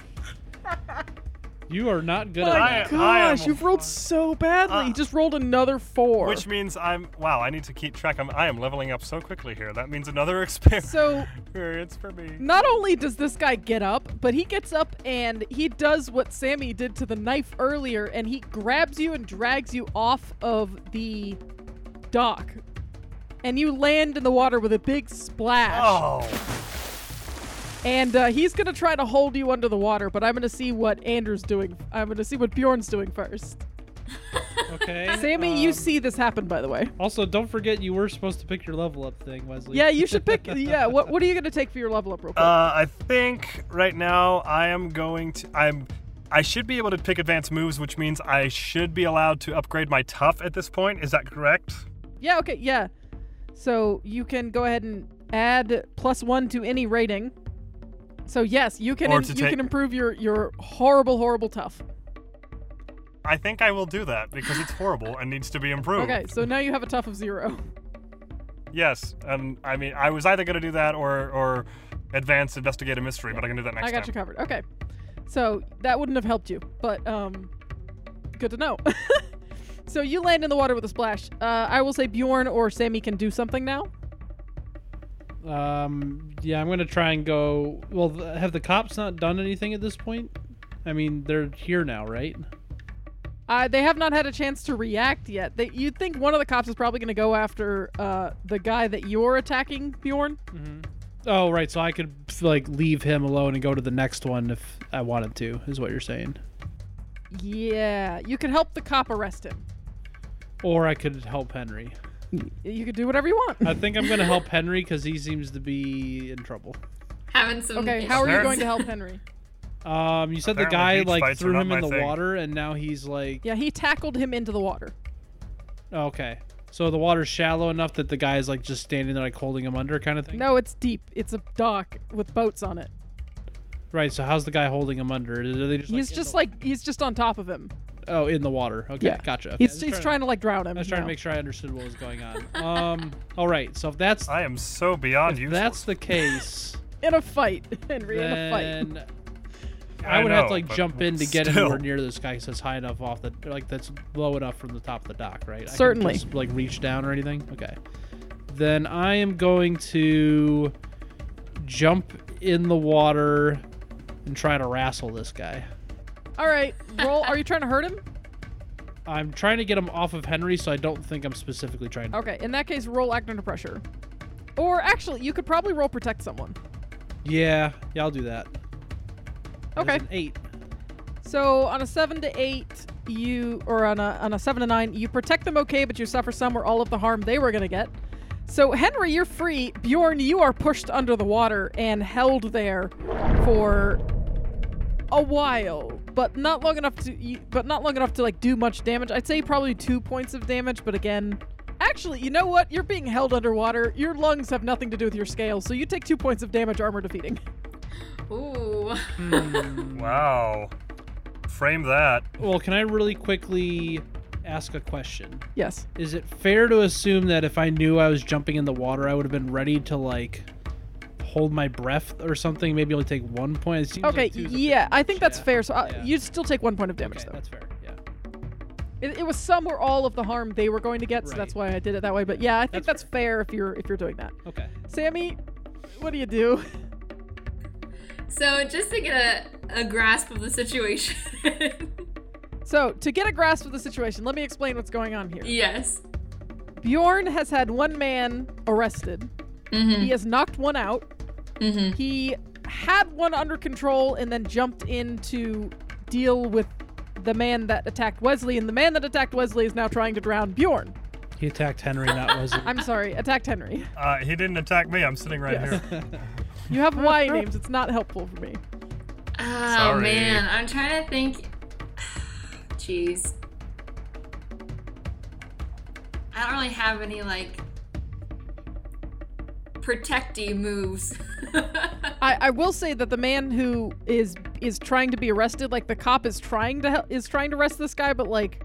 You are not good My at I- that. gosh, I am a you've rolled fuck. so badly. Uh, he just rolled another four. Which means I'm wow. I need to keep track. I'm I am leveling up so quickly here. That means another exper- so experience for me. Not only does this guy get up, but he gets up and he does what Sammy did to the knife earlier, and he grabs you and drags you off of the dock. And you land in the water with a big splash. Oh, And uh, he's going to try to hold you under the water, but I'm going to see what Anders doing. I'm going to see what Bjorn's doing first. Okay. Sammy, you um, see this happen, by the way. Also, don't forget you were supposed to pick your level up thing, Wesley. Yeah, you should pick. yeah, what, what are you going to take for your level up, real quick? uh, I think right now I am going to. I'm. I should be able to pick advanced moves, which means I should be allowed to upgrade my tough at this point. Is that correct? Yeah, okay, yeah. So you can go ahead and add plus one to any rating. So yes, you can Or im- to you take- can improve your your horrible horrible tough. I think I will do that because it's horrible and needs to be improved. Okay, so now you have a tough of zero. Yes, um, I mean, I was either gonna do that or or advance investigate a mystery, but I can do that next I got you time. covered. Okay, so that wouldn't have helped you, but um, good to know. so you land in the water with a splash. Uh, I will say Bjorn or Sammy can do something now. Um, yeah, I'm gonna try and go. Well, th- have the cops not done anything at this point? I mean, they're here now, right? Uh, they have not had a chance to react yet. They, you'd think one of the cops is probably going to go after uh, the guy that you're attacking, Bjorn. Mm-hmm. Oh, right. So I could like leave him alone and go to the next one if I wanted to. Is what you're saying? Yeah, you could help the cop arrest him. Or I could help Henry. You could do whatever you want. I think I'm gonna help Henry because he seems to be in trouble. Having some. Okay, how are you Sure. going to help Henry? Um, you said Apparently the beach guy like fights are threw not him my in the thing. water, and now he's like, Yeah, he tackled him into the water. okay. So the water's shallow enough that the guy's like just standing there, like holding him under, kind of thing. No, it's deep. It's a dock with boats on it. Right. So how's the guy holding him under? Are they just, He's in just the- like he's just on top of him. oh in the water. Okay, Yeah. gotcha. Okay, I He's was he's trying, to to- like drown him. I was trying no. to make sure I understood what was going on. Um. All right. So if that's I am so beyond if useless. that's the case, in a fight, Henry. In a then I I would have know, to like but jump in to get still. anywhere near this guy because it's high enough off the like that's low enough from the top of the dock, right? I can Certainly. just, like reach down or anything. Okay. Then I am going to jump in the water and try to wrestle this guy. fight. All right, roll. Are you trying to hurt him? I'm trying to get him off of Henry, so I don't think I'm specifically trying to. Okay, in that case, roll act under pressure. Or actually, you could probably roll protect someone. Yeah, yeah, I'll do that. That Okay. is an eight. So on a seven to eight, you or on a on a seven to nine, you protect them okay, but you suffer some or all of the harm they were gonna get. So Henry, you're free. Bjorn, you are pushed under the water and held there for a while, but not long enough to you- but not long enough to like do much damage. I'd say probably two points of damage, but again. Actually, you know what? You're being held underwater. Your lungs have nothing to do with your scales, so you take two points of damage, armor defeating. Ooh. Hmm. wow. Frame that. Well, can I really quickly ask a question? Yes. Is it fair to assume that if I knew I was jumping in the water, I would have been ready to like hold my breath or something? Maybe only take one point. It seems like Okay, two is a bit yeah, I much, think that's yeah. fair. So uh, Yeah. you'd still take one point of damage, Okay, though. that's fair. Yeah, It, it was some or all of the harm they were going to get, so that's why I did it that way. But yeah, I think that's, That's fair. if you're if you're doing that. okay. Sammy, what do you do? So just to get a, a grasp of the situation. So to get a grasp of the situation, let me explain what's going on here. yes. Bjorn has had one man arrested. Mm-hmm. Mm. He has knocked one out. Mm-hmm. He had one under control and then jumped in to deal with the man that attacked Wesley, and the man that attacked Wesley is now trying to drown Bjorn. He attacked Henry, not Wesley. I'm sorry, attacked Henry. Uh, he didn't attack me. I'm sitting right Yes. here. You have Y names. It's not helpful for me. Oh Sorry. man, I'm trying to think. Jeez. I don't really have any like protecty moves. I, I will say that the man who is is trying to be arrested, like the cop is trying to hel- is trying to arrest this guy, but like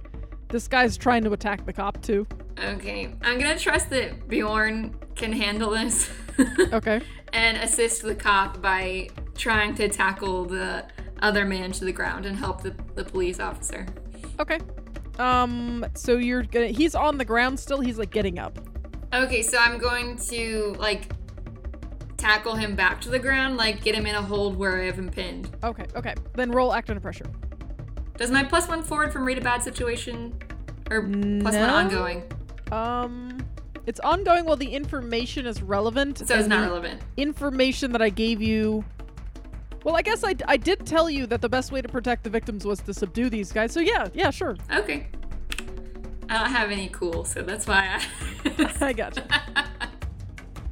this guy's trying to attack the cop too. okay, I'm gonna trust that Bjorn can handle this Okay. and assist the cop by trying to tackle the other man to the ground and help the, the police officer. Okay. Um. So you're gonna. He's on the ground still. He's like getting up. Okay, so I'm going to like tackle him back to the ground, like get him in a hold where I have him pinned. Okay. Okay. Then roll act under pressure. Does my plus one forward from read a bad situation or plus one No. ongoing? Um. It's ongoing while the information is relevant. So it's and not the- relevant. information that I gave you. Well, I guess I, I did tell you that the best way to protect the victims was to subdue these guys. So yeah, yeah, sure. Okay. I don't have any cool, so that's why I. I gotcha.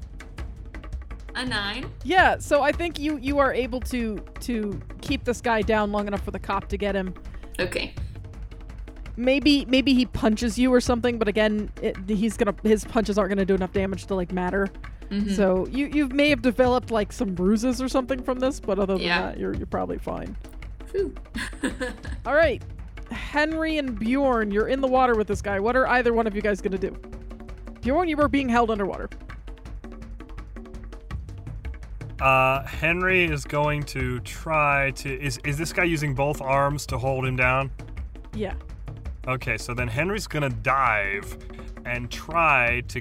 a nine. Yeah, so I think you you are able to to keep this guy down long enough for the cop to get him. Okay. Maybe maybe he punches you or something, but again, it, he's gonna his punches aren't gonna do enough damage to like matter. Mhm. So you you may have developed like some bruises or something from this, but other than Yeah. that, you're you're probably fine. Phew. All right, Henry and Bjorn, you're in the water with this guy. What are either one of you guys gonna do? Bjorn, you were being held underwater. Uh, Henry is going to try to. Is is this guy using both arms to hold him down? Yeah. Okay, so then Henry's gonna dive and try to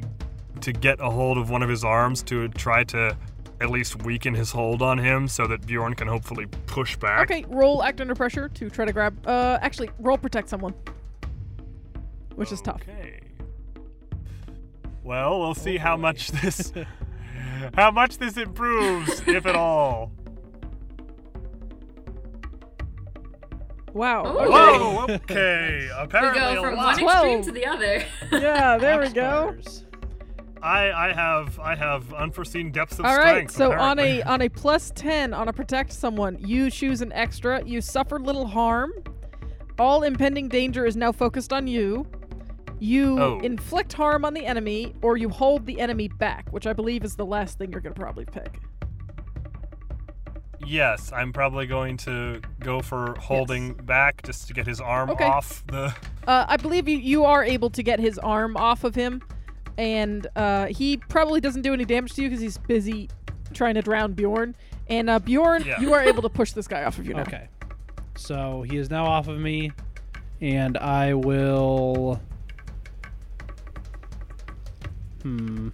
to get a hold of one of his arms to try to at least weaken his hold on him so that Bjorn can hopefully push back. Okay, roll act under pressure to try to grab. Uh, actually, roll protect someone, which is tough. Okay. Well, we'll see how much this how much this improves, if at all. Wow. Ooh. okay. Whoa, okay. We Apparently go a from lot. one extreme Twelve. to the other. Yeah, there we Box go. bars. I I have I have unforeseen depths of All strength. right, so on apparently. a on a plus 10 on a protect someone, you choose an extra, you suffer little harm. All impending danger is now focused on you. You Oh. inflict harm on the enemy or you hold the enemy back, which I believe is the last thing you're going to probably pick. Yes, I'm probably going to go for holding back just to get his arm Okay. off the. Uh, I believe you, you are able to get his arm off of him, and uh, he probably doesn't do any damage to you because he's busy trying to drown Bjorn. And uh, Bjorn, Yeah. you are able to push this guy off of you now. Okay. So he is now off of me, and I will. Hmm.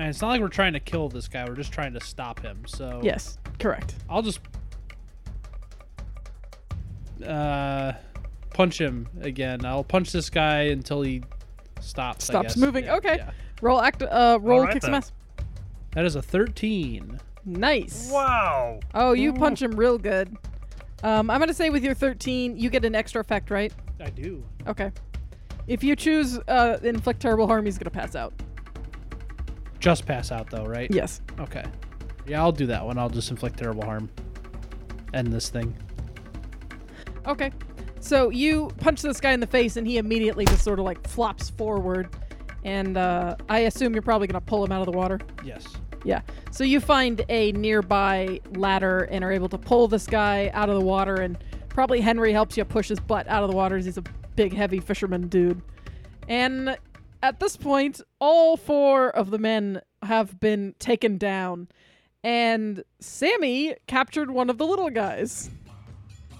And it's not like we're trying to kill this guy. We're just trying to stop him. So Yes, correct. I'll just uh, punch him again. I'll punch this guy until he stops. I Stops guess. moving. Yeah, Okay. yeah. Roll act. Uh, roll Alright kick some then. ass. That is a thirteen. Nice. Wow! Oh, you punch him real good. Um, I'm gonna say with your 13, you get an extra effect, right? I do. Okay. If you choose uh, inflict terrible harm, he's gonna pass out. Just pass out though, right? Yes. Okay. Yeah, I'll do that one. I'll just inflict terrible harm. End this thing. Okay. So you punch this guy in the face, and he immediately just sort of like flops forward. And uh, I assume you're probably going to pull him out of the water. Yes. Yeah. So you find a nearby ladder and are able to pull this guy out of the water. And probably Henry helps you push his butt out of the water. 'cause He's a big, heavy fisherman dude. And at this point, all four of the men have been taken down. And Sammy captured one of the little guys.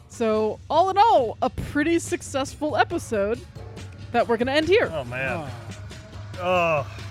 So, all in all, a pretty successful episode that we're going to end here. Ah. Oh man! Oh,